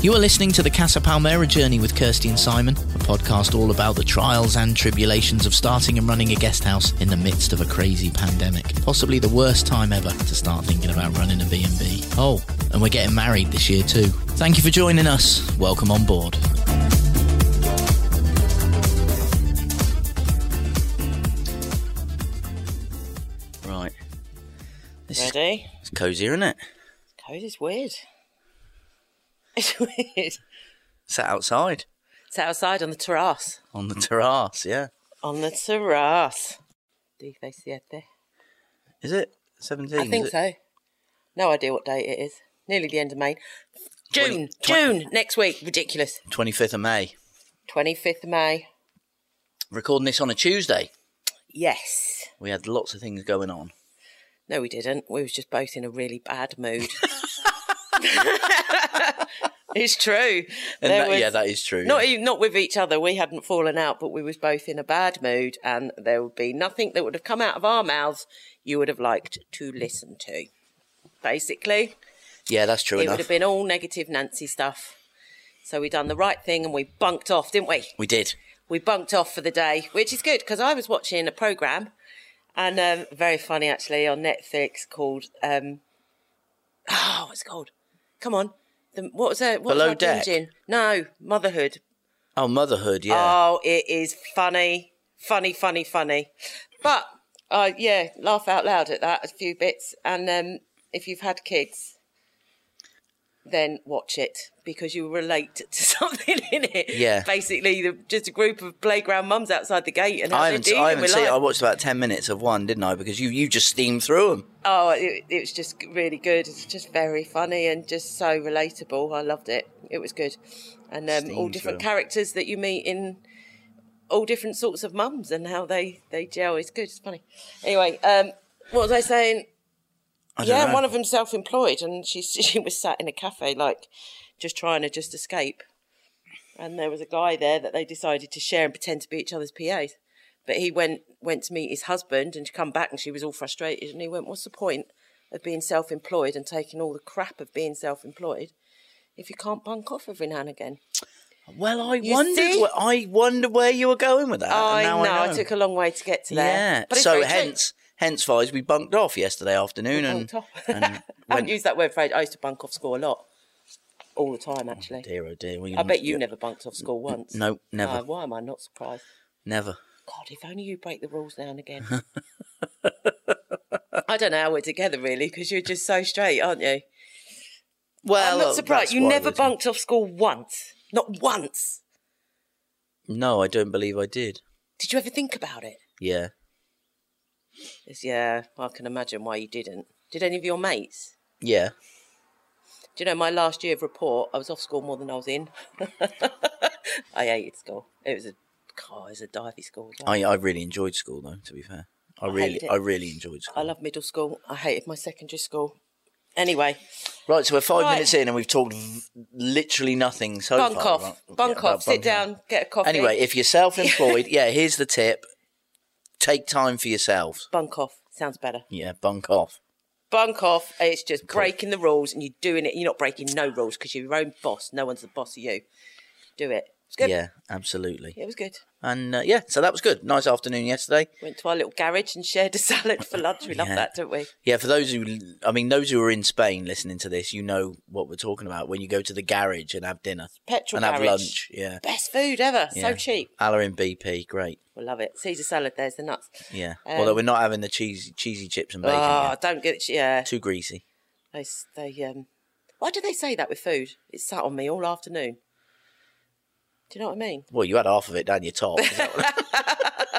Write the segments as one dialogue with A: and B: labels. A: You are listening to the Casa Palmera Journey with Kirsty and Simon, a podcast all about the trials and tribulations of starting and running a guest house in the midst of a crazy pandemic. Possibly the worst time ever to start thinking about running a B&B. Oh, and we're getting married this year too. Thank you for joining us. Welcome on board. Right. This is
B: Ready?
A: it's cozier, isn't it?
B: Code is weird. It's weird. It's
A: Sat outside
B: outside on the terrace.
A: on the terrace, yeah.
B: On the terrace. 17.
A: Is it 17?
B: I think so. No idea what date it is. Nearly the end of May. June.
A: Twenty- twen-
B: June next week. Ridiculous.
A: 25th of May.
B: 25th of May.
A: Recording this on a Tuesday.
B: Yes.
A: We had lots of things going on.
B: No, we didn't. We was just both in a really bad mood. it's true.
A: And
B: There
A: that,
B: was-
A: yeah, that is true.
B: Not e- even not with each other. We hadn't fallen out, but we was both in a bad mood, and there would be nothing that would have come out of our mouths you would have liked to listen to. Basically,
A: yeah, that's true
B: it
A: enough.
B: would have been all negative Nancy stuff. So we done the right thing, and we bunked off, didn't we?
A: We did.
B: We bunked off for the day, which is good because I was watching a program, and um, very funny actually on Netflix called um, oh, what's it called? Come on, the, what was it? What
A: Below
B: was I
A: Deck?
B: binging? No, Motherhood.
A: Oh, motherhood, yeah.
B: Oh, it is funny, funny, funny, funny. But uh, yeah, laugh out loud at that a few bits. And um, if you've had kids, then watch it because you relate to something in it.
A: Yeah.
B: basically, the, just a group of playground mums outside the gate and how
A: I
B: they
A: haven't,
B: deal
A: I haven't
B: with
A: seen. I
B: life.
A: watched about ten minutes of one, didn't I? Because you, you just steamed through them.
B: Oh, it, it was just really good. It's just very funny and just so relatable. I loved it. It was good, and um, all
A: Steam
B: different
A: through.
B: characters that you meet in all different sorts of mums and how they they gel is good. It's funny. Anyway, um, what was I saying?
A: I don't
B: yeah,
A: know.
B: one of them self-employed, and she she was sat in a cafe like just trying to just escape, and there was a guy there that they decided to share and pretend to be each other's PAs. But he went went to meet his husband and she come back and she was all frustrated and he went, What's the point of being self employed and taking all the crap of being self employed if you can't bunk off every now and again?
A: well, I
B: You
A: wondered.
B: see?
A: Wh- I wonder where you were going with that. and
B: I
A: now
B: know,
A: I
B: I,
A: know.
B: took a long way to get to there.
A: yeah.
B: But it's
A: so
B: very true.
A: hence, hence, wise, we bunked off yesterday afternoon and,
B: Bunked off.
A: and
B: I haven't
A: went.
B: used that word phrase. I used to bunk off school a lot. All the time actually.
A: Dear, oh dear. well,
B: I bet you
A: you're-
B: never bunked off school once.
A: No, never.
B: Ah, why am I not surprised?
A: Never.
B: God, if only you break the rules now and again. I don't know how we're together really, because you're just so straight, aren't you?
A: Well,
B: I'm not surprised.
A: that's
B: You
A: why
B: never
A: we-
B: bunked off school once. Not once.
A: No, I don't believe I did.
B: Did you ever think about it?
A: Yeah.
B: It's- yeah, I can imagine why you didn't. Did any of your mates?
A: Yeah.
B: Do you know my last year of report? I was off school more than I was in. I hated school. It was a God, it was a divey school. as well.
A: I, I really enjoyed school though. To be fair, I, really
B: hated it.
A: I really enjoyed
B: I
A: school.
B: love middle school. I hated my secondary school. Anyway,
A: right, so we're five
B: Right.
A: minutes in and we've talked v- literally nothing so
B: bunk
A: far.
B: off,
A: right?
B: bunk
A: Yeah, about
B: off. Sit
A: bunking
B: down, get a coffee.
A: Anyway, if you're self-employed, yeah, here's the tip: take time for yourselves.
B: bunk off sounds better.
A: Yeah, bunk off.
B: bunk off. It's just breaking the rules, and you're doing it. You're not breaking no rules because you're your own boss. No one's the boss of you. Do it. It's good.
A: Yeah, absolutely.
B: It was good.
A: And uh, yeah, so that was good. Nice afternoon yesterday.
B: Went to our little garage and shared a salad for lunch. We love
A: Yeah.
B: that, don't we?
A: Yeah, for those who, I mean, those who are in Spain listening to this, you know what we're talking about when you go to the garage and have dinner
B: Petrol
A: and have
B: garage.
A: lunch. Yeah,
B: Best food ever.
A: Yeah.
B: So cheap.
A: Ala in BP, great.
B: We love it. Caesar salad. There's the nuts.
A: Yeah.
B: Um,
A: Although we're not having the cheesy cheesy chips and
B: Oh,
A: bacon. yet.
B: don't get yeah.
A: Too greasy.
B: They s- they um. Why do they say that with food? It sat on me all afternoon. Do you know what I mean?
A: Well, you had half of it down your top. Is that what-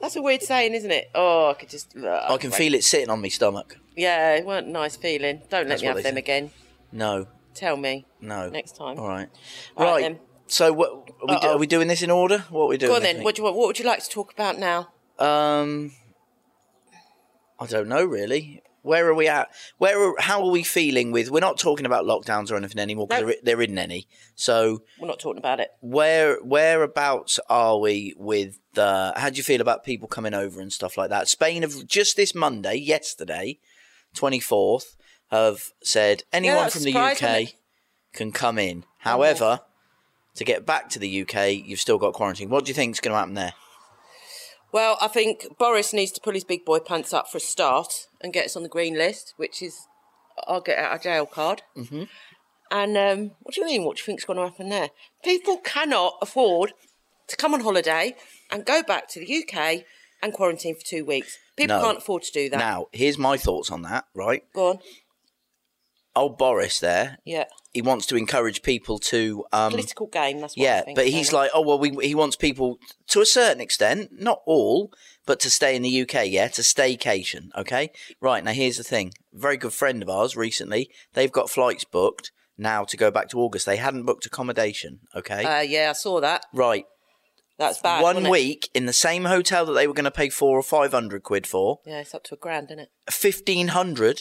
B: That's a weird saying, isn't it? Oh, I could just.
A: I can feel it sitting on my stomach.
B: Yeah, it weren't a nice feeling. Don't let
A: That's
B: me
A: what
B: have
A: they
B: them
A: say.
B: again.
A: No,
B: Tell me.
A: no.
B: Next time.
A: All right.
B: All
A: Right.
B: right, then.
A: So what are we, do,
B: Uh-oh.
A: are we doing this in order? What are we doing?
B: Go on then. What, do you, want- what would you like to talk about now?
A: um, I don't know really. Where are we at? Where are, how are we feeling with? We're not talking about lockdowns or anything anymore because
B: No.
A: there, there isn't any. So
B: We're not talking about it.
A: where whereabouts are we with the how do you feel about people coming over and stuff like that spain have just this monday yesterday 24th have said anyone
B: was
A: from the
B: surprising,
A: uk
B: wasn't
A: can come in. However, to get back to the UK, you've still got quarantine. What do you think's going to happen there?
B: Well, I think Boris needs to pull his big boy pants up for a start and get us on the green list, which is I'll get out of jail card. Mm-hmm. And um, what do you mean? What do you think's going to happen there? People cannot afford to come on holiday and go back to the UK and quarantine for two weeks. People
A: No.
B: can't afford to do that.
A: Now, here's my thoughts on that, right?
B: Go on.
A: Old Boris there,
B: Yeah.
A: he wants to encourage people to. Um,
B: Political game, that's what I
A: yeah,
B: think,
A: but
B: isn't
A: he's
B: it?
A: like, oh, well, we, he wants people, to a certain extent, not all, but to stay in the UK, yeah, to staycation, okay? Right, now here's the thing. A very good friend of ours recently, they've got flights booked now to go back to August. They hadn't booked accommodation, okay?
B: Uh, yeah, I saw that.
A: right,
B: That's bad.
A: one
B: wasn't it?
A: week in the same hotel that they were going to pay four or five hundred quid for,
B: Yeah, it's up to a grand, isn't it?
A: fifteen hundred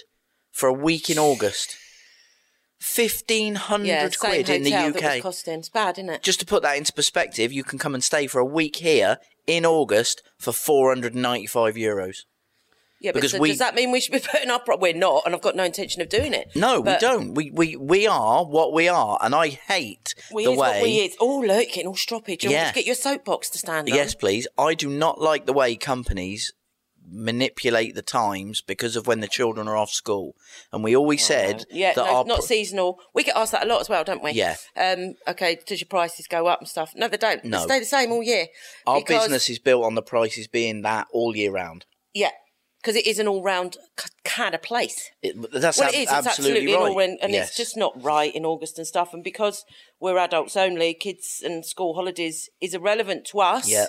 A: for a week in August. Fifteen hundred
B: Yeah, same
A: quid in the
B: hotel that was
A: UK.
B: costing. It's bad, isn't it?
A: Just to put that into perspective, you can come and stay for a week here in August for four hundred and ninety-five euros.
B: Yeah, but
A: because
B: so
A: we-
B: does that mean we should be putting up? We're not, and I've got no intention of doing it.
A: No,
B: But-
A: we don't. We, we we are what we are, and I hate
B: We
A: the
B: is
A: way.
B: what we is. Oh, look, getting all stroppy. Do you
A: Yeah.
B: want to get your soapbox to stand on?
A: Yes, please. I do not like the way companies manipulate the times because of when the children are off school. And we always
B: Oh,
A: said
B: Yeah,
A: that
B: no,
A: our
B: not seasonal. We get asked that a lot as well, don't we?
A: Yeah.
B: Um, okay, does your prices go up and stuff? No, they don't.
A: No.
B: They stay the same all year.
A: our
B: Because-
A: business is built on the prices being that all year round.
B: Yeah, because it is an all round c- kind of place.
A: It, that's
B: Well,
A: ab-
B: it is. It's
A: absolutely,
B: absolutely
A: right.
B: an all round, and
A: yes.
B: it's just not right in August and stuff. And because we're adults only, kids and school holidays is irrelevant to us.
A: yeah.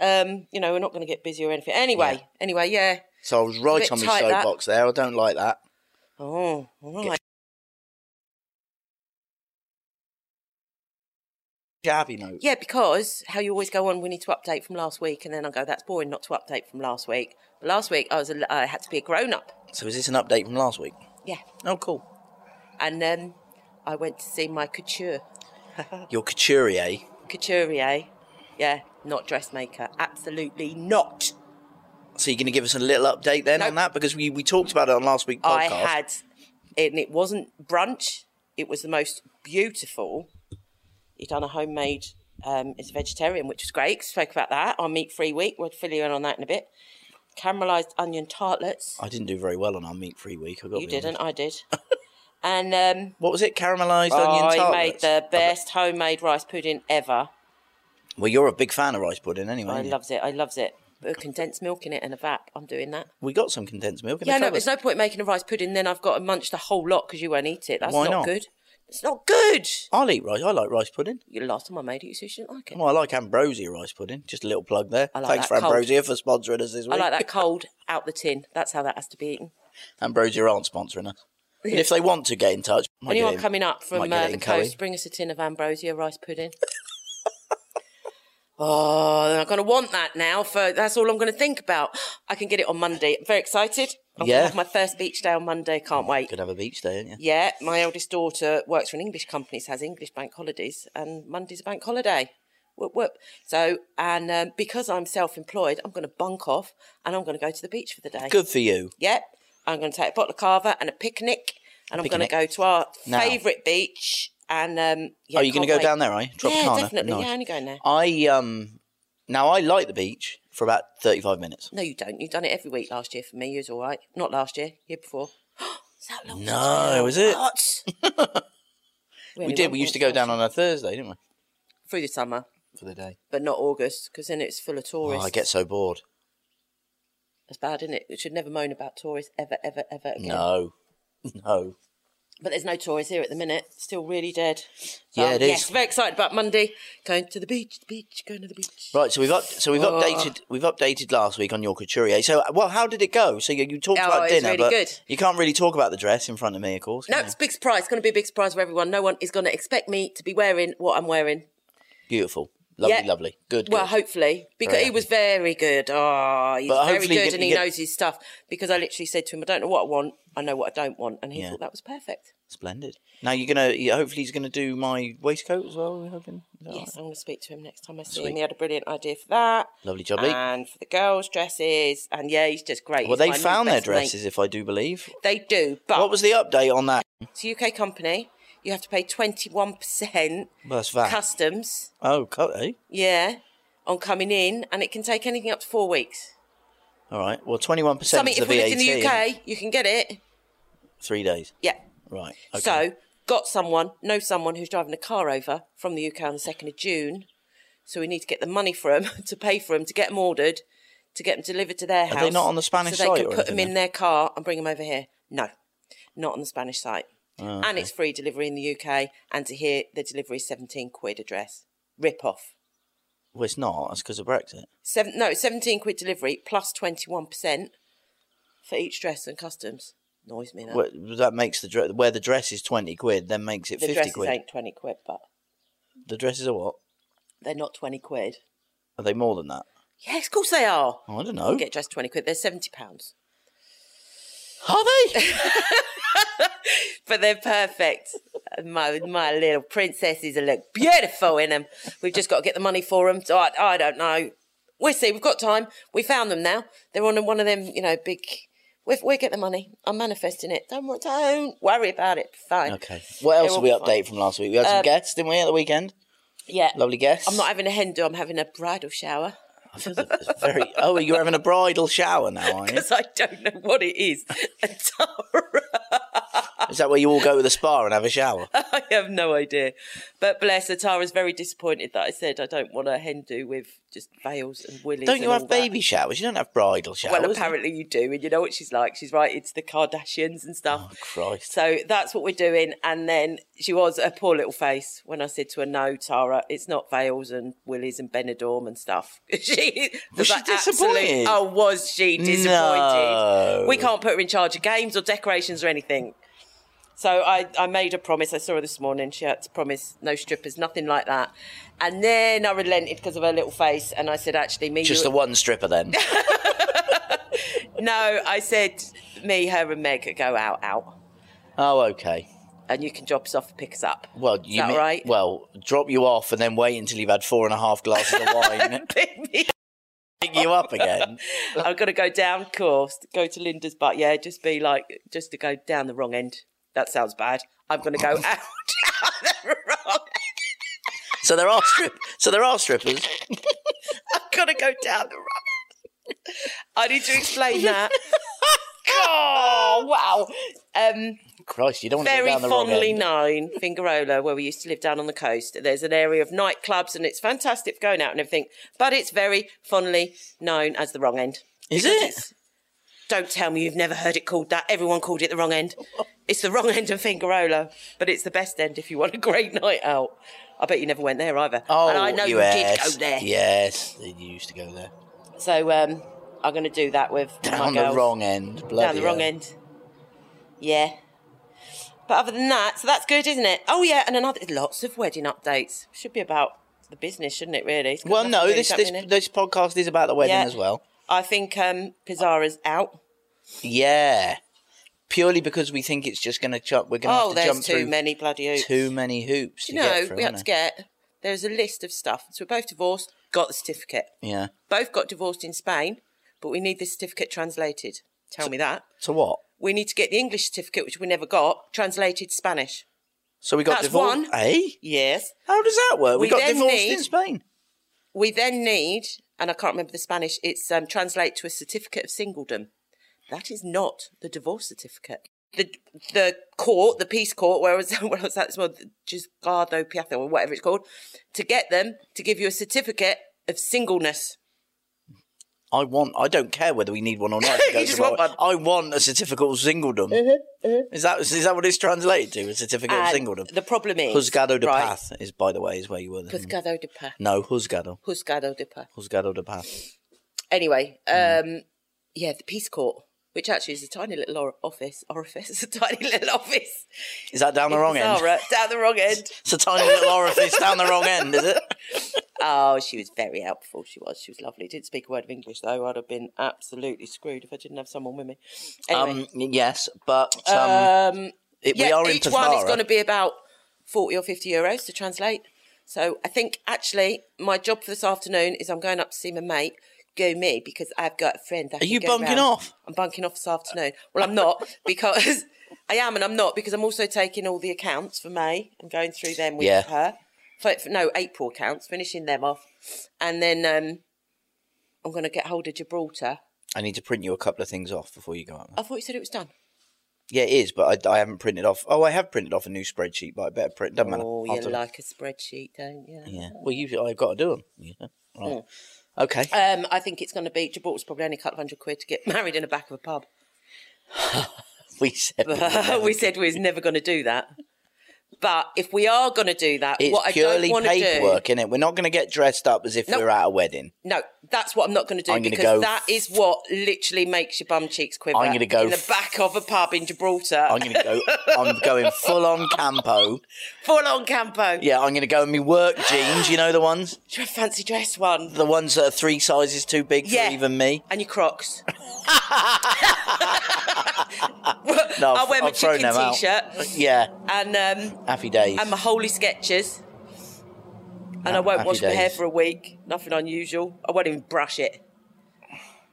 B: Um, you know, we're not going to get busy or anything. Anyway, anyway, yeah.
A: So I was
B: It's
A: right
B: a
A: on
B: bit
A: my
B: tight, that.
A: soapbox there. I don't like that.
B: Oh, all right.
A: Jabby note.
B: Yeah, because how you always go on, we need to update from last week, and then I go, that's boring not to update from last week. But last week I was a, I had to be a grown up.
A: So is this an update from last week?
B: Yeah,
A: Oh, cool.
B: and then I went to see my couture
A: Your couturier.
B: couturier. Yeah, not dressmaker. Absolutely not.
A: So you're going to give us a little update then
B: Nope.
A: on that because we, we talked about it on last week's
B: I
A: podcast.
B: had, and it wasn't brunch. It was the most beautiful. He done a homemade. Um, it's a vegetarian, which was great. Spoke about that on meat free week. We'll fill you in on that in a bit. Caramelized onion tartlets.
A: I didn't do very well on our meat free week. I got
B: You didn't. I did. and um,
A: What was it? Caramelized onion
B: I
A: tartlets.
B: made the best homemade rice pudding ever.
A: Well, you're a big fan of rice pudding anyway.
B: I
A: aren't you?
B: loves it. I loves it. But condensed milk in it and a vap. I'm doing that.
A: We got some condensed milk. In
B: yeah,
A: the
B: no,
A: cupboard.
B: there's no point making a rice pudding. Then I've got to munch the whole lot because you won't eat it. That's
A: Why
B: not,
A: not?
B: good. It's not good.
A: I'll eat rice. I like rice pudding.
B: You last time I made it, you said you didn't like it.
A: Well, I like ambrosia rice pudding. Just a little plug there.
B: I like
A: Thanks
B: that
A: for
B: cold.
A: ambrosia for sponsoring us this week.
B: I like that cold out the tin. That's how that has to be eaten.
A: ambrosia aren't sponsoring us. But if they want to get in touch, might get
B: Anyone
A: in-
B: coming up
A: might
B: from
A: get
B: uh,
A: it
B: the
A: in Cully.
B: coast, bring us a tin of ambrosia rice pudding. oh, then I'm going to want that now. For that's all I'm going to think about. I can get it on Monday. I'm very excited. I'm
A: Yeah. Oh
B: gonna have my first beach day on Monday. Can't wait.
A: Could have a beach day, ain't you?
B: Yeah, my eldest daughter works for an English company, so has English bank holidays, and Monday's a bank holiday. Whoop whoop. So, and um, because I'm self-employed, I'm going to bunk off and I'm going to go to the beach for the day.
A: Good for you.
B: Yep. I'm going to take a bottle of carver and a picnic, and I'm going to
A: Picnic.
B: go to our
A: Now.
B: favourite beach. And um, yeah,
A: Are Oh, you going to go down there, are you?
B: Yeah,
A: Tropicana?
B: definitely.
A: Nice.
B: Yeah, only going there.
A: I um now I like the beach for about thirty-five minutes.
B: No, you don't. You've done it every week last year for me. You was all right. Not last year. Year before. Is that long?
A: No, is it?
B: What?
A: We did. We used to go down on a Thursday, didn't we?
B: through the summer,
A: For the day.
B: but not August because then it's full of
A: Oh,
B: tourists.
A: I get so bored.
B: That's bad, isn't it? We should never moan about tourists ever, ever, ever again.
A: No, no.
B: But there's no tourists here at the minute. Still really dead.
A: Yeah,
B: I'm-
A: it is.
B: Yes, very excited about Monday. Going to the beach, the beach, going to the beach.
A: Right, so we've up, so we've
B: Oh.
A: updated we've updated last week on your couturier. So, well, how did it go? So you, you talked
B: Oh,
A: about
B: it's
A: dinner,
B: really
A: but
B: good.
A: you can't really talk about the dress in front of me, of course.
B: No,
A: can
B: it's a big surprise. It's going to be a big surprise for everyone. No one is going to expect me to be wearing what I'm wearing.
A: you? beautiful, lovely,
B: Yeah.
A: lovely, good.
B: Well,
A: good.
B: hopefully, because
A: Very
B: he was very good. Oh, he's
A: But
B: very
A: hopefully you
B: good
A: get-
B: and
A: you
B: he
A: get-
B: knows his stuff. Because I literally said to him, I don't know what I want, I know what I don't want. And he
A: Yeah.
B: thought that was perfect.
A: splendid. Now you're gonna you- hopefully he's gonna do my waistcoat as well. We're hoping. Is that
B: Yes,
A: alright?
B: I'm going to speak to him next time I see
A: Sweet.
B: him. He had a brilliant idea for that.
A: Lovely jubbly.
B: And for the girls' dresses. And yeah, he's just great.
A: well,
B: He's
A: they
B: my new
A: found their
B: best mate.
A: dresses, if I do believe.
B: They do, but
A: What was the update on that?
B: it's a UK company. you have to pay 21%
A: Well, that's that.
B: customs.
A: oh, cut, eh?
B: Yeah, on coming in, and it can take anything up to four weeks.
A: All right. Well, 21%
B: Something
A: is the
B: if
A: VAT.
B: we lived in the
A: isn't it?
B: UK, you can get it.
A: Three days.
B: Yeah.
A: Right. Okay.
B: So got someone, know someone who's driving a car over from the UK on the second of June. So we need to get the money for 'em to pay for 'em to get 'em ordered, to get 'em delivered to their
A: they
B: house.
A: not on the Spanish
B: so
A: site
B: they
A: or
B: can put 'em
A: anything
B: in their car and bring 'em over here. No, not on the Spanish site.
A: Oh,
B: And it's free delivery in the UK. And to here, the delivery is seventeen quid a dress. Rip off.
A: well, it's not. That's because of Brexit.
B: Seven, no, 17 quid delivery plus 21% for each dress and customs. Annoys me that.
A: Well, that makes the dress where the dress is twenty quid, then makes it
B: the
A: fifty
B: dresses
A: quid.
B: ain't 20 quid, but
A: The dresses are what?
B: they're not 20 quid.
A: Are they more than that?
B: Yes, of course they are.
A: Oh, I don't
B: You
A: know.
B: can get dressed 20 quid. They're 70 pounds.
A: Are they?
B: But they're perfect. My my little princesses look beautiful in them. We've just got to get the money for them. So I, I don't know. We'll see. We've got time. We found them now. They're on one of them, you know, big. We've, we'll get the money. I'm manifesting it. Don't, wor- don't worry about it. Fine.
A: okay. What else
B: will
A: did we
B: be fine.
A: update from last week? We had some guests, didn't we, at the weekend?
B: Yeah.
A: Lovely guests.
B: I'm not having a hen do, I'm having a bridal shower
A: I feel that it's very. Oh, you're having a bridal shower now, aren't you?
B: because I don't know what it is. And Tara,
A: Is that where you all go to the spa and have a shower?
B: I have no idea. But bless her, Tara's very disappointed that I said I don't want a hen do with just veils and willies.
A: Don't
B: and
A: you have
B: all that.
A: baby showers? You don't have bridal showers.
B: Well, apparently you do, and you know what she's like. She's right into the Kardashians and stuff.
A: Oh, Christ.
B: So that's what we're doing. And then she was a poor little face when I said to her, "No, Tara, it's not veils and willies and Benidorm and stuff." she
A: Was she
B: like, absolute-
A: disappointed?
B: Oh, was she disappointed?
A: No.
B: We can't put her in charge of games or decorations or anything. So I, I made a promise. I saw her this morning. She had to promise no strippers, nothing like that. And then I relented because of her little face, and I said, "Actually, me,
A: Just
B: you,
A: the one stripper then.
B: no." I said, "Me, her, and Meg go out, out."
A: oh, okay.
B: and you can drop us off and pick us up.
A: Well, you
B: Is that
A: mean-
B: right?
A: Well, drop you off and then wait until you've had four and a half glasses of wine, and pick you up again.
B: I've got to go down course, go to Linda's, but yeah, just be like, just to go down the wrong end. That sounds bad. I'm going to go out down the wrong end.
A: So there are strip. So there are strippers.
B: I've got to go down the wrong end. I need to explain that. oh, wow. Um,
A: Christ, you don't want to go
B: very
A: down the wrong
B: fondly
A: end.
B: known Fingerola, where we used to live down on the coast. There's an area of nightclubs, and it's fantastic for going out and everything. But it's very fondly known as the wrong end.
A: Is
B: Because
A: it?
B: it's- Don't tell me you've never heard it called that. Everyone called it the wrong end. It's the wrong end of Fingerola, but it's the best end if you want a great night out. I bet you never went there either.
A: Oh,
B: and I know
A: yes.
B: you did go there.
A: Yes, they used to go there.
B: So um, I'm going to do that with my
A: Down the
B: girls.
A: wrong end.
B: down
A: bloody
B: the wrong
A: hell.
B: end. Yeah. But other than that, so that's good, isn't it? Oh yeah, and another lots of wedding updates. Should be about the business, shouldn't it? Really? It's got
A: Well,
B: nothing
A: no,
B: really
A: this
B: happening
A: this,
B: in it.
A: this podcast is about the wedding
B: Yeah.
A: as well.
B: I think um, Pizarra's out.
A: Yeah, purely because we think it's just going to jump. We're going to
B: Oh,
A: have to
B: there's
A: jump
B: too
A: through
B: many bloody hoops.
A: too many hoops. To
B: no,
A: get through,
B: we had to
A: innit?
B: get. There's a list of stuff. So we're both divorced. Got the certificate.
A: Yeah.
B: Both got divorced in Spain, but we need this certificate translated. Tell me that.
A: So what?
B: We need to get the English certificate, which we never got, translated to Spanish.
A: So we got
B: That's
A: divorced.
B: one.
A: Eh?
B: Yes.
A: How does that work? We,
B: We
A: got
B: then
A: divorced
B: need-
A: in Spain.
B: We then need, and I can't remember the Spanish, it's um, translate to a certificate of singledom. That is not the divorce certificate. The the court, the peace court, where I was, where I was at this morning, Gisgardo Piazza or whatever it's called, to get them to give you a certificate of singleness.
A: I want. I don't care whether we need one or not.
B: You just want one.
A: I want a certificate of singledom. Is that is that what it's translated to? A certificate of
B: And
A: singledom.
B: Uh, The problem is.
A: Husgado de
B: right,
A: Paz is, by the Mm. way, is where you were. Then.
B: Husgado de Paz.
A: No, Husgado.
B: Husgado de Paz.
A: Husgado de Paz.
B: Anyway,
A: Mm.
B: um, yeah, the peace court, which actually is a tiny little or- office, orifice, it's a tiny little office.
A: Is that down the wrong end?
B: Zara, down the wrong end.
A: It's a tiny little orifice down the wrong end, is it?
B: Oh, she was very helpful. She was. She was lovely. Didn't speak a word of English though. I'd have been absolutely screwed if I didn't have someone with me. Anyway,
A: Um, yes, but um, it,
B: yeah,
A: we are in
B: each one is
A: Patara.
B: going to be about forty or fifty euros to translate. So I think actually my job for this afternoon is I'm going up to see my mate. go me because I've got a friend. That
A: Are you bunking off?
B: I'm bunking off this afternoon. Well, I'm not because I am and I'm not because I'm also taking all the accounts for May. I'm going through them with
A: Yeah.
B: her. For, for- no, April accounts, finishing them off. And then um, I'm going to get hold of Gibraltar.
A: I need to print you a couple of things off before you go out.
B: I thought you said it was done.
A: Yeah, it is, but I, I haven't printed off. Oh, I have printed off a new spreadsheet, but I better print. Doesn't matter.
B: Oh,
A: I'll
B: you
A: do-
B: like a spreadsheet, don't you?
A: Yeah. Well, you, I've got to do them. You know? right. Okay.
B: Um, I think it's going to be Gibraltar's probably only a couple of hundred quid to get married in the back of a pub.
A: we said
B: we said we was never going to do that. But if we are going to do that,
A: it's
B: what I don't
A: purely
B: want to do,
A: paperwork, innit? We're not going to get dressed up as if
B: Nope.
A: we're at a wedding.
B: no, that's what I'm not going to do
A: I'm gonna
B: because
A: go-
B: that is what literally makes your bum cheeks quiver.
A: I'm gonna go
B: in the
A: f-
B: back of a pub in Gibraltar,
A: I'm going to go. I'm going full on campo.
B: full on campo.
A: Yeah, I'm going to go in my work jeans. You know the ones,
B: Your fancy dress one,
A: the ones that are three sizes too big
B: Yeah.
A: for even me.
B: and your Crocs.
A: No,
B: I'll
A: I've-
B: wear my
A: I've thrown
B: chicken
A: them out.
B: t-shirt
A: Yeah,
B: and um,
A: happy days.
B: and my holy sketches. And I
A: Happy
B: won't wash my hair
A: days.
B: for a week. Nothing unusual. I won't even brush it.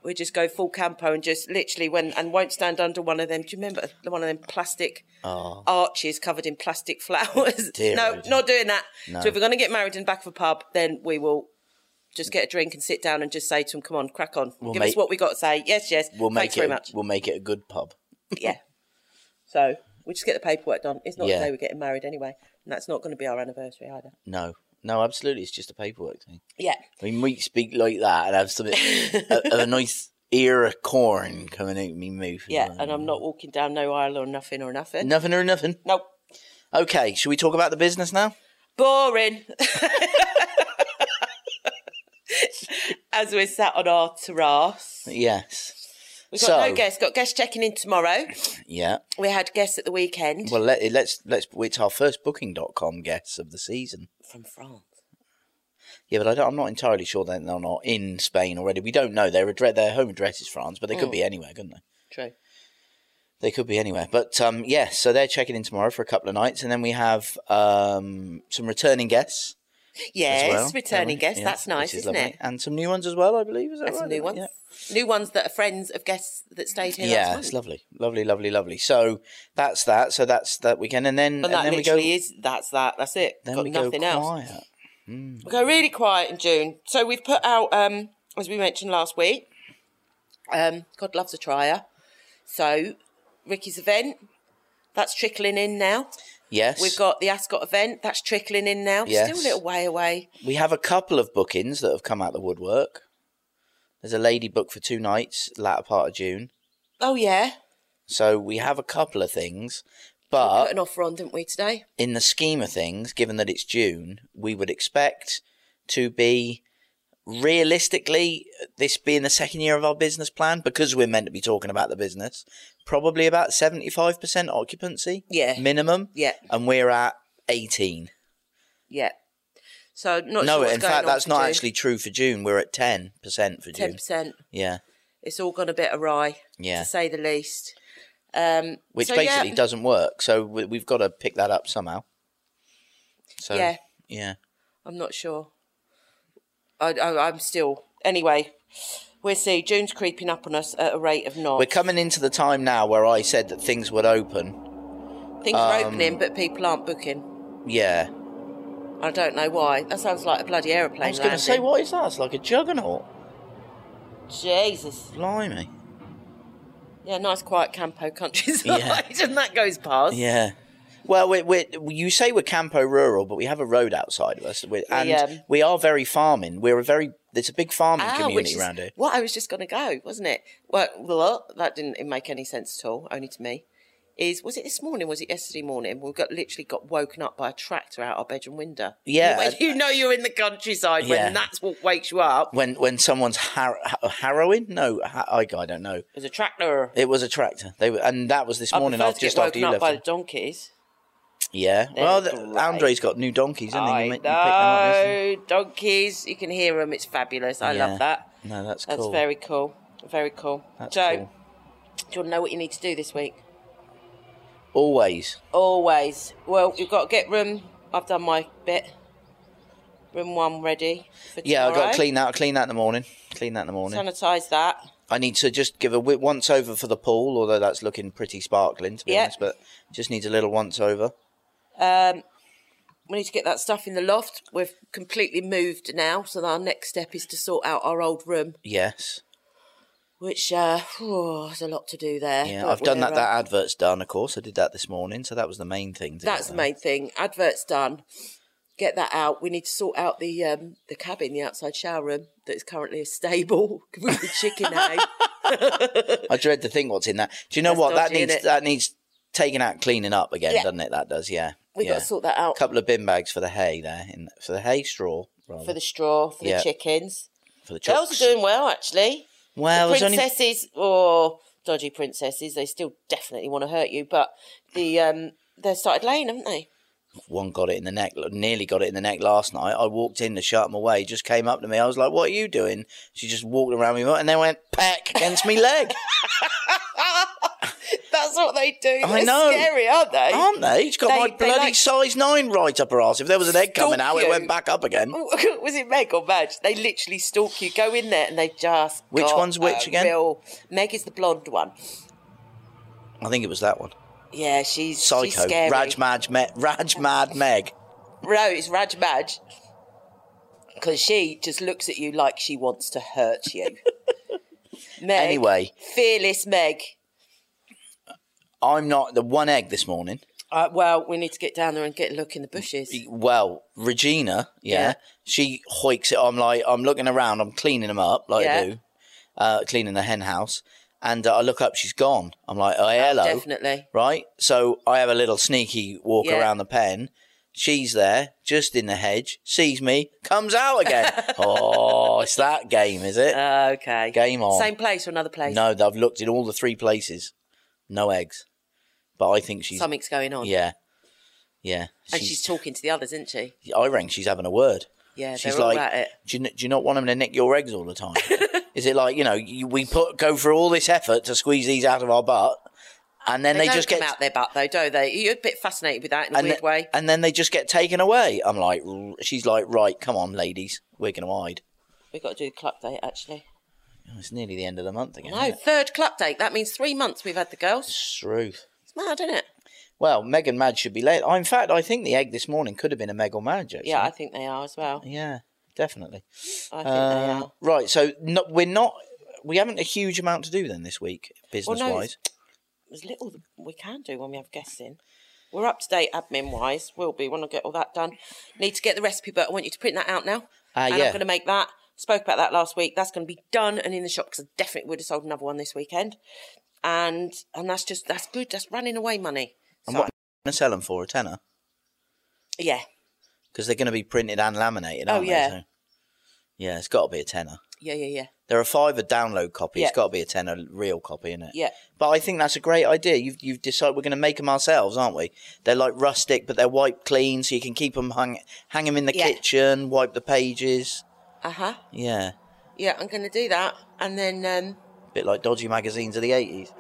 B: We just go full campo and just literally when and won't stand under one of them. Do you remember the one of them plastic arches covered in plastic flowers?
A: Oh. Dear,
B: no,
A: oh dear.
B: not doing that.
A: No.
B: So if we're going to get married in the back of a pub, then we will just get a drink and sit down and just say to them, "Come on, crack on, give
A: make-
B: us what we got to say." Yes, yes.
A: we'll make
B: Thanks
A: it.
B: very
A: a-
B: much.
A: We'll make it a good pub.
B: Yeah. So we just get the paperwork done. It's not
A: Yeah.
B: today we're getting married anyway, and that's not going to be our anniversary either.
A: No, no, absolutely. It's just a paperwork thing.
B: Yeah.
A: We might speak like that and have some a, a nice ear of corn coming out of me mouth.
B: Yeah, and I'm
A: Um.
B: not walking down no aisle or nothing or nothing.
A: nothing or nothing.
B: Nope.
A: Okay, should we talk about the business now?
B: Boring. As we're sat on our terrace.
A: Yes.
B: We've got
A: So-
B: no guests. Got guests checking in tomorrow.
A: Yeah.
B: We had guests at the weekend
A: Well, let, let's let's. It's our first booking.com guess of the season.
B: from France.
A: Yeah, but I don't, I'm not entirely sure that they're not in Spain already. We don't know their address. Their home address is France, but they could
B: Mm.
A: be anywhere, couldn't they?
B: True.
A: They could be anywhere. But um, yes, so they're checking in tomorrow for a couple of nights, and then we have um, some returning guests. as
B: Yes,
A: well, don't
B: returning
A: we?
B: guests.
A: Yeah,
B: That's nice,
A: which is
B: isn't
A: lovely.
B: it?
A: And some new ones as well, I believe. Is that
B: And some
A: right?
B: new ones.
A: Yeah.
B: New ones that are friends of guests that stayed here
A: Yeah,
B: last
A: it's
B: month.
A: lovely, lovely, lovely, lovely. So that's that. So that's that weekend, and then
B: And
A: and
B: that
A: then we go.
B: literally is that's that. That's it.
A: Then
B: got
A: we go
B: nothing else.
A: quiet.
B: We go really quiet in June. So we've put out, um, as we mentioned last week, um, God loves a trier. So Ricky's event, that's trickling in now.
A: Yes,
B: We've got the Ascot event, that's trickling in now.
A: Yes.
B: Still a little way away.
A: We have a couple of bookings that have come out the woodwork. There's a lady booked for two nights, latter part of June.
B: Oh yeah,
A: So we have a couple of things,
B: put
A: but
B: an offer on, didn't we today?
A: in the scheme of things, given that it's June, we would expect to be realistically this being the second year of our business plan because we're meant to be talking about the business probably about 75% occupancy
B: Yeah.
A: minimum
B: Yeah.
A: and we're at 18
B: Yeah. So not
A: no
B: sure what's
A: in
B: going
A: fact
B: on
A: that's
B: for
A: not
B: June.
A: actually true for june we're at 10% for
B: ten
A: june
B: percent.
A: yeah
B: It's all gone a bit awry,
A: Yeah.
B: to say the least. Um,
A: which
B: so, yeah.
A: basically doesn't work. So we, we've got to pick that up somehow. So
B: Yeah.
A: yeah,
B: I'm not sure. I, I, I'm still. Anyway, we'll see. June's creeping up on us at a rate of knots.
A: we're coming into the time now where I said that things would open.
B: Things
A: um,
B: are opening, but people aren't booking.
A: Yeah,
B: I don't know why. That sounds like a bloody aeroplane.
A: I was going to say, what is that? It's like a juggernaut.
B: Jesus.
A: Blimey.
B: Yeah, nice quiet campo countryside,
A: Yeah.
B: and that goes past.
A: Yeah. Well, we're, we're, you say we're campo rural, but we have a road outside of us, we and
B: um,
A: we are very farming. We're a very there's a big farming
B: Ah,
A: community
B: which is
A: around here.
B: what I was just going to go, wasn't it? Well, well, that didn't make any sense at all, only to me. Is was it this morning? Was it yesterday morning? We got literally got woken up by a tractor out our bedroom window.
A: Yeah.
B: when you know you're in the countryside
A: Yeah.
B: when that's what wakes you up.
A: When when someone's har- har- harrowing? No, ha- I, I don't know.
B: There's a tractor.
A: It was a tractor. They were, and that was this
B: I
A: morning
B: prefer
A: after
B: to get
A: just after
B: woken
A: you
B: up
A: left.
B: by
A: them.
B: the donkeys.
A: Yeah. Well,
B: They're
A: th-
B: great.
A: Andre's got new donkeys, hasn't he?
B: I
A: You ma- you picked them up, isn't
B: know donkeys. You can hear them. It's fabulous. I
A: Yeah.
B: love that.
A: you? No, that's,
B: That's
A: cool.
B: very cool. Very cool.
A: That's
B: so,
A: cool.
B: do you want to know what you need to do this week?
A: Always.
B: Always. Well, you've got to get room. I've done my bit. room one ready. For
A: Yeah, I got
B: tomorrow.
A: to clean that. I'll clean that in the morning. Clean that in the morning.
B: Sanitise that.
A: I need to just give a wi- once over for the pool, although that's looking pretty sparkling to be
B: Yeah.
A: honest. But just needs a little once over.
B: We need to get that stuff in the loft. We've completely moved now, so our next step is to sort out our old room,
A: Yes.
B: which uh, whew, there's a lot to do there.
A: Yeah,
B: but
A: I've done that.
B: we're, uh,
A: That advert's done, of course. I did that this morning, so that was the main thing. To get
B: That's the
A: done.
B: main thing. Adverts done. Get that out. We need to sort out the um, the cabin, the outside shower room that is currently a stable with the chicken eh? hay.
A: I dread to think what's in that. Do you know
B: That's
A: what? That
B: dodgy,
A: needs
B: innit?
A: that needs taking out, cleaning up again,
B: Yeah.
A: doesn't it? That does. Yeah.
B: We
A: yeah.
B: got to sort that out
A: couple of bin bags for the hay there, in, for the hay straw rather,
B: for the straw for
A: Yeah.
B: the chickens.
A: for the
B: Girls
A: chooks.
B: are doing well actually.
A: well, there's Uh, only
B: princesses or dodgy princesses, they still definitely want to hurt you. But the um, they started laying, haven't they?
A: one got it in the neck, nearly got it in the neck last night. I walked in to shut him away. Just came up to me. I was like, "What are you doing?" She just walked around me and then went pack against me leg.
B: That's what they do.
A: I
B: They're
A: know. Um,
B: scary, aren't they?
A: Aren't they? She's got
B: They-
A: my
B: they
A: bloody
B: like-
A: size nine right up her ass. If there was an egg coming out, it
B: you.
A: went back up again.
B: was it Meg or Madge? They literally stalk you. Go in there and they just.
A: Which
B: got
A: one's which
B: a
A: again?
B: Real... Meg is the blonde one.
A: I think it was that one.
B: Yeah, she's she's
A: Psycho.
B: scary.
A: Raj Mad Me- Raj Mad Meg.
B: No, it's Raj Madge. Because she just looks at you like she wants to hurt you. Meg,
A: Anyway.
B: fearless Meg.
A: I'm not the one egg this morning.
B: Uh, well, we need to get down there and get a look in the bushes.
A: Well, Regina, yeah,
B: Yeah.
A: she hoiks it. I'm like, I'm looking around, I'm cleaning them up, like I
B: Yeah.
A: do, uh, cleaning the hen house. And uh, I look up, she's gone. I'm like, oh, hello.
B: Definitely.
A: Right? So I have a little sneaky walk
B: Yeah.
A: around the pen. She's there, just in the hedge, sees me, comes out again. oh, it's that game, is it?
B: Uh, okay.
A: Game on.
B: Same place or another place?
A: no, I've looked in all the three places. No eggs. But I think she's.
B: Something's going on.
A: Yeah. Yeah.
B: And she's talking to the others, isn't she?
A: I rang, she's having a word.
B: Yeah,
A: She's
B: they're all
A: like,
B: at it.
A: Do, you, n- do you not want them to nick your eggs all the time? Is it like, you know, you, we put go for all this effort to squeeze these out of our butt, and then
B: They,
A: they,
B: don't
A: just
B: come
A: get
B: out their butt, though, do they? You're a bit fascinated with that in a
A: and
B: weird
A: th-
B: way.
A: and then they just get taken away. I'm like, r- she's like, right, come on, ladies, we're going to hide.
B: We've got to do the club date, actually.
A: Oh, It's nearly the end of the month again.
B: No,
A: isn't it?
B: third club date. That means three months we've had the girls.
A: It's truth.
B: It's mad, isn't it?
A: Well, Meg and Mad should be late. I, in fact, I think the egg this morning could have been a Meg or Mad. Actually.
B: Yeah, I think they are as well.
A: yeah, definitely.
B: I think they
A: Uh,
B: are.
A: right, so no, we're not. We haven't a huge amount to do then this week,
B: Well,
A: business
B: no,
A: wise.
B: it's- There's little that we can do when we have guests in. We're up to date admin wise. Will be when I get all that done. Need to get the recipe book. I want you to print that out now.
A: Ah,
B: and
A: yeah.
B: I'm going to make that. Spoke about that last week. That's going to be done and in the shop because I definitely would have sold another one this weekend. And and that's just that's good. That's running away money.
A: And
B: So,
A: what going to sell them for a tenner?
B: yeah,
A: because they're going to be printed and laminated.
B: Oh,
A: Aren't
B: yeah.
A: They? So, yeah, it's got to be a tenner.
B: yeah, yeah, yeah,
A: There are five a download copy. It's
B: Yeah.
A: got to be a tenner real copy, isn't it?
B: yeah.
A: But I think that's a great idea. You've you've decided we're going to make them ourselves, aren't we? They're like rustic, but they're wiped clean, so you can keep them hung, hang them in the
B: Yeah.
A: kitchen, wipe the pages.
B: Uh huh.
A: Yeah,
B: Yeah, I'm going to do that. And then um,
A: bit like dodgy magazines of the eighties.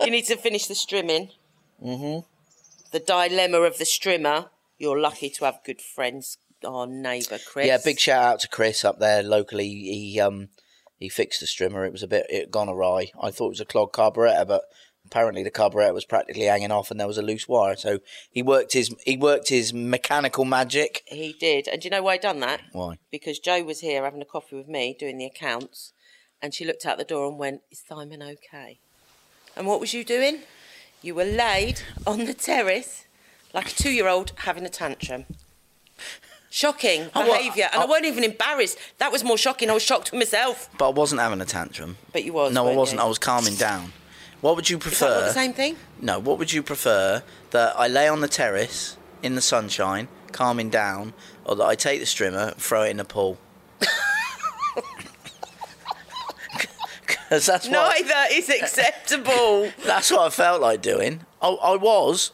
B: you need to finish the strimming. Mm-hmm. The dilemma of the strimmer. You're lucky to have good friends. Our neighbour Chris.
A: Yeah, big shout out to Chris up there locally. He um he fixed the strimmer. It was a bit it had gone awry. I thought it was a clogged carburettor, but apparently the carburettor was practically hanging off, and there was a loose wire. So he worked his he worked his mechanical magic.
B: He did. And do you know why I done that?
A: Why?
B: Because Joe was here having a coffee with me doing the accounts and she looked out the door and went, Is Simon okay? And what was you doing? You were laid on the terrace like a two year old having a tantrum. Shocking
A: Oh, well,
B: behaviour. And I,
A: I-
B: weren't even embarrassed. That was more shocking. I was shocked with myself.
A: But I wasn't having a tantrum.
B: But you was.
A: No, I
B: weren't
A: wasn't.
B: you?
A: I was calming down. What would you
B: Is that not
A: prefer?
B: the same thing?
A: No, what would you prefer? That I lay on the terrace in the sunshine, calming down, or that I take the strimmer, and throw it in the pool? Because that's what
B: Neither is acceptable.
A: that's what I felt like doing. I, I was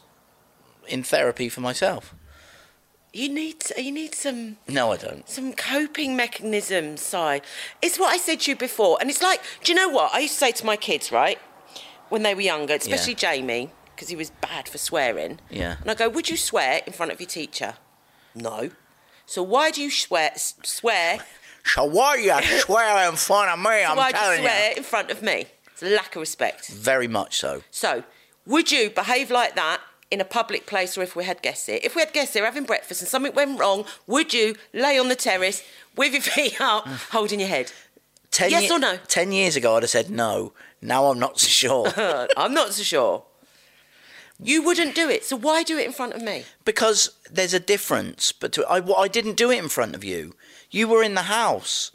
A: in therapy for myself.
B: you need you need some
A: No, I don't.
B: some coping mechanisms, Si. It's what I said to you before. And it's like, do you know what? I used to say to my kids, right? When they were younger, especially Jamie, because he was bad for swearing.
A: Yeah.
B: And I go, would you swear in front of your teacher? No. So why do you swear? s- Swear?
A: So why you swear in front of me? I'm
B: why do you
A: telling you.
B: swear in front of me? It's a lack of respect.
A: Very much so.
B: So would you behave like that? In a public place, or if we had guests here, if we had guests here having breakfast and something went wrong, would you lay on the terrace with your feet up, holding your head?
A: Ten
B: Yes or no?
A: Ten years ago, I'd have said no. Now I'm not so sure.
B: Uh, I'm not so sure. You wouldn't do it, so why do it in front of me?
A: because there's a difference. But I, well, I didn't do it in front of you. You were in the house.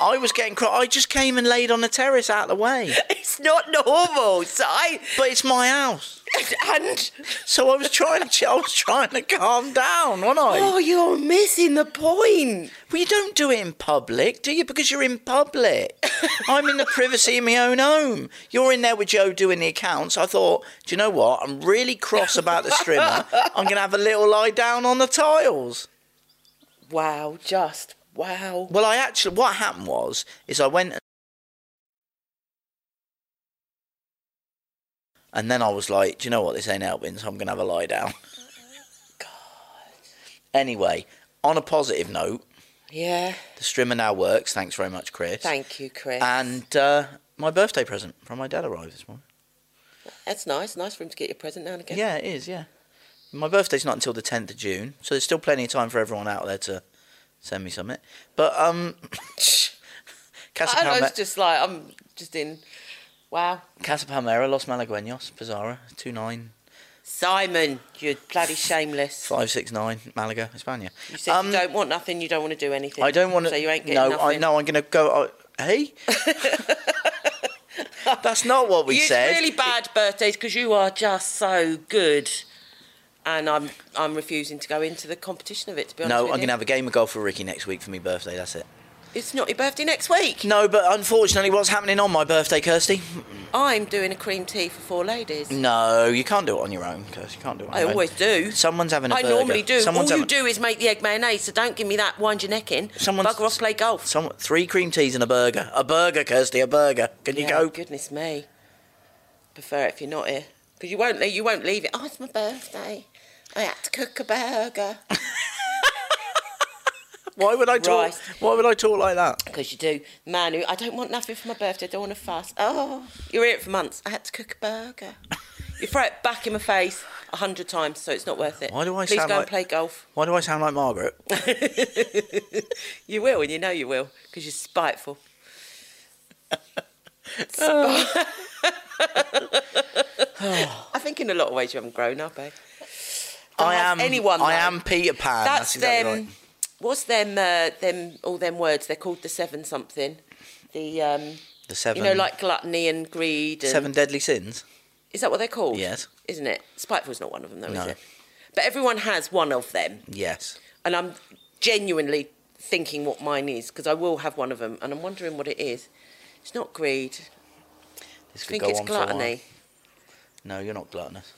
A: I was getting. Cr- I just came and laid on the terrace out of the way.
B: It's not normal. So I
A: But it's my house,
B: and
A: so I was trying to. chill- I was trying to calm down, wasn't I?
B: oh, you're missing the point.
A: Well, you don't do it in public, do you? Because you're in public. I'm in the privacy of my own home. You're in there with Joe doing the accounts. I thought, do you know what? I'm really cross about the strimmer. I'm going to have a little lie down on the tiles.
B: Wow, just wow.
A: Well, I actually, what happened was, is I went and then I was like, do you know what? This ain't helping, so I'm going to have a lie down. God. Anyway, on a positive note,
B: Yeah.
A: the strimmer now works. Thanks very much, Chris.
B: Thank you, Chris.
A: And uh, my birthday present from my dad arrived this morning.
B: That's nice. Nice for him to get your present now and again.
A: Yeah, it is, yeah. My birthday's not until the 10th of June, so there's still plenty of time for everyone out there to send me something. But, um, Casa,
B: I, I
A: Palme-
B: was just like, I'm just in. Wow,
A: Casa Palmera, Los Malagueños, Pizarra, 29569,
B: Simon, you're bloody shameless.
A: Malaga, España. Um,
B: You said you don't want nothing. You Um, don't want to do anything.
A: I don't want to.
B: So you ain't getting
A: no,
B: nothing.
A: I, no, I'm going to go. I, hey? That's not what we
B: it's
A: said.
B: really bad birthdays because you are just so good, and I'm I'm refusing to go into the competition of it. To be honest,
A: no, I'm
B: with
A: going
B: you.
A: to have a game of golf with Ricky next week for my birthday. That's it.
B: It's not your birthday next week.
A: No, but unfortunately, what's happening on my birthday, Kirsty?
B: I'm doing a cream tea for four ladies.
A: Mm, No, you can't do it on your own, Kirsty. You can't do it. On
B: I
A: your own.
B: always do.
A: Someone's having a
B: I
A: burger.
B: normally do.
A: Someone's
B: All you
A: having,
B: do is make the egg mayonnaise, so don't give me that wind your neck in.
A: Someone's-
B: Bugger off, play golf.
A: Some, three cream teas and a burger. A burger, Kirsty. A burger. Can you
B: Yeah,
A: go?
B: Goodness me, prefer it if you're not here because you won't you won't leave it. Oh, it's my birthday. I had to cook a burger.
A: Why would I talk?
B: Christ.
A: Why would I talk like that?
B: Because you do. Man who, I don't want nothing for my birthday, I don't want to fuss. Oh, you were here for months. I had to cook a burger. you throw it back in my face a hundred times, so it's not worth it.
A: Why do I
B: Please
A: sound
B: go
A: like-
B: and play golf.
A: Why do I sound like Margaret?
B: You will, and you know you will, because you're spiteful. Sp- I think in a lot of ways you haven't grown up, eh? Don't
A: I
B: ask
A: am.
B: anyone.
A: I
B: though.
A: am Peter Pan.
B: That's,
A: That's, exactly
B: them.
A: right.
B: What's them? Uh, them all them words? They're called the seven something. The um,
A: The seven.
B: you know, like gluttony and greed. And,
A: seven deadly sins.
B: Is that what they're called?
A: Yes.
B: Isn't it? Spiteful's not one of them, though, is
A: No.
B: it? But everyone has one of them,
A: Yes.
B: and I'm genuinely thinking what mine is because I will have one of them, and I'm wondering what it is. It's not greed.
A: This
B: I
A: could
B: think
A: go
B: it's
A: on for a while.
B: gluttony.
A: No, you're not gluttonous.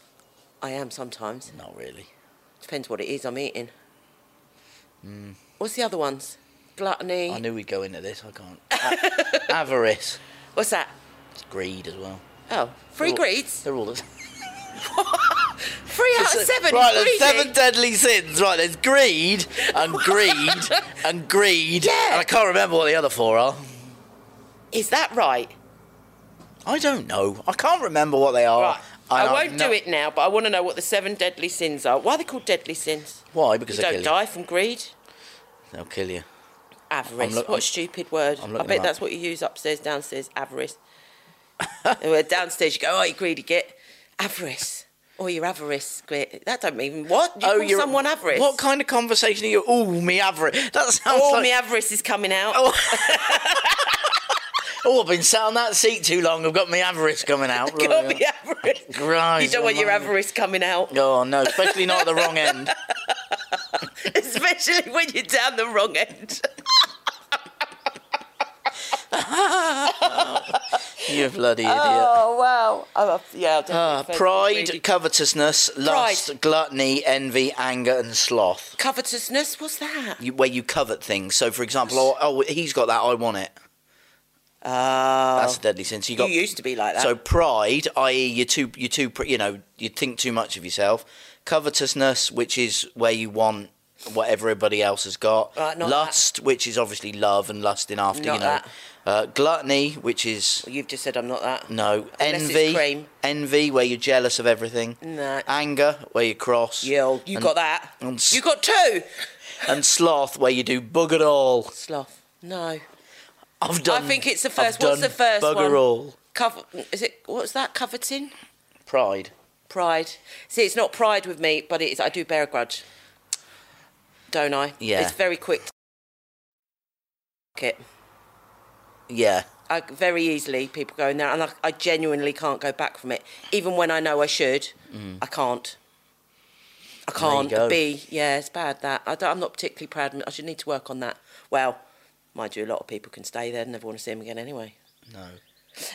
B: I am sometimes.
A: Not really.
B: Depends what it is I'm eating. What's the other ones? Gluttony.
A: Hmm. I knew we'd go into this. I can't. A- avarice.
B: What's that?
A: It's greed as well.
B: Oh, three
A: They're all-
B: greeds.
A: They're all the
B: Three out of seven.
A: Right,
B: is greedy.
A: there's seven deadly sins. Right, there's greed and greed and greed.
B: Yeah.
A: And I can't remember what the other four are.
B: Is that right?
A: I don't know. I can't remember what they are.
B: Right. I,
A: Oh, And
B: won't
A: I've no-
B: do it now, but I want to know what the seven deadly sins are. Why are they called deadly sins?
A: Why? Because
B: You
A: they'll
B: don't
A: kill
B: die from greed.
A: you. They'll kill you.
B: Avarice.
A: I'm look-
B: what
A: I'm-
B: a stupid word.
A: I'm
B: I
A: looking
B: bet
A: them
B: that's
A: up.
B: what you use upstairs, downstairs, avarice. Where downstairs you go, oh, you greedy git. Avarice. Or your avarice. Great. That don't mean what? You call
A: Oh, you're-
B: someone avarice.
A: What kind of conversation are you? Oh, me avarice. That sounds
B: Oh,
A: like.
B: me avarice is coming out.
A: oh, I've been sat on that seat too long. I've got me avarice coming out.
B: Got me avarice.
A: Christ
B: You don't want your
A: almighty.
B: avarice coming out,
A: Oh no, especially not at the wrong end.
B: especially when you're down the wrong end.
A: You bloody idiot.
B: Oh, wow. I'm a- Oh, yeah, I'll
A: Uh,
B: definitely
A: pride,
B: agree.
A: covetousness, lust,
B: Pride.
A: gluttony, envy, anger, and sloth.
B: Covetousness, what's that?
A: You, where you covet things. So, for example, oh, oh, he's got that. I want it.
B: Ah,
A: That's a deadly sin. So you
B: you
A: got
B: used to be like that.
A: So pride, i.e., you're too, you're too, pr- you know, you think too much of yourself. Covetousness, which is where you want what everybody else has got.
B: Right, Uh, not
A: lust, which is obviously love and lusting after,
B: Not
A: you know.
B: that.
A: Uh, gluttony, which is
B: You've just said I'm not that.
A: no
B: Unless it's
A: envy.
B: cream.
A: Envy, where you're jealous of everything.
B: Nah.
A: Anger, where you cross.
B: Yo, you
A: and,
B: got that.
A: and s-
B: you got two.
A: And sloth, where you do bugger all.
B: Sloth. No.
A: I've done.
B: think it's the
A: I've
B: first- what's
A: done
B: the first
A: Bugger
B: one?
A: all.
B: Cover. Is it? What's that? Coveting.
A: Pride.
B: Pride. See, it's not pride with me, but it's I do bear a grudge. Don't I?
A: Yeah.
B: It's very quick. to- Fuck It.
A: Yeah.
B: I, very easily people go in there, and I, I genuinely can't go back from it. Even when I know I should, I can't. I
A: Mm. you
B: can't
A: go.
B: be. Yeah, it's bad that I don't, I'm not particularly proud. of me. I should need to work on that. Well, mind you, a lot of people can stay there and never want to see them again anyway.
A: No.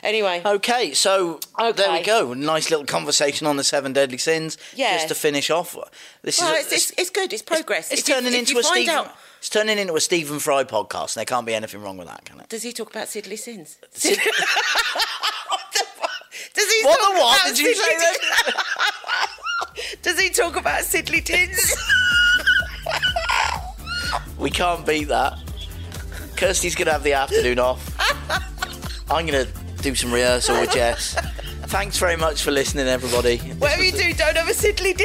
B: Anyway,
A: Okay, so there we
B: Okay.
A: go. Nice little conversation on the seven deadly sins.
B: Yeah.
A: Just to finish off, this
B: well,
A: is a-
B: it's, it's, it's good. It's progress.
A: it's
B: If you-
A: turning
B: if
A: into
B: you
A: a
B: find
A: Stephen.
B: out-
A: It's turning into a Stephen Fry podcast, and there can't be anything wrong with that, can it?
B: Does he talk about Sidley sins? Does he
A: What
B: talk
A: the what?
B: about
A: Did you say
B: Sidley Tins? Does he talk about Sidley tins?
A: We can't beat that. Kirsty's gonna have the afternoon off. I'm gonna do some rehearsal with Jess. Thanks very much for listening, everybody. This
B: Whatever
A: was
B: you
A: the-
B: do, don't have a Sidley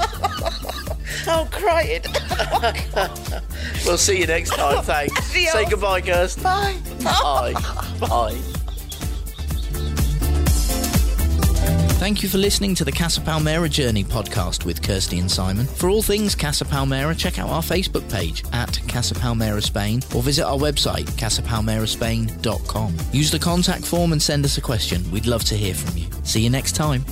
B: tin. oh, crying.
A: We'll see you next time. Thanks.
B: Adios.
A: Say goodbye, Kirst.
B: Bye.
A: Bye. Bye.
C: Thank you for listening to the Casa Palmera Journey podcast with Kirsty and Simon. For all things Casa Palmera, check out our Facebook page at Casa Palmera Spain or visit our website, casapalmeraspain.com. Use the contact form and send us a question. We'd love to hear from you. See you next time.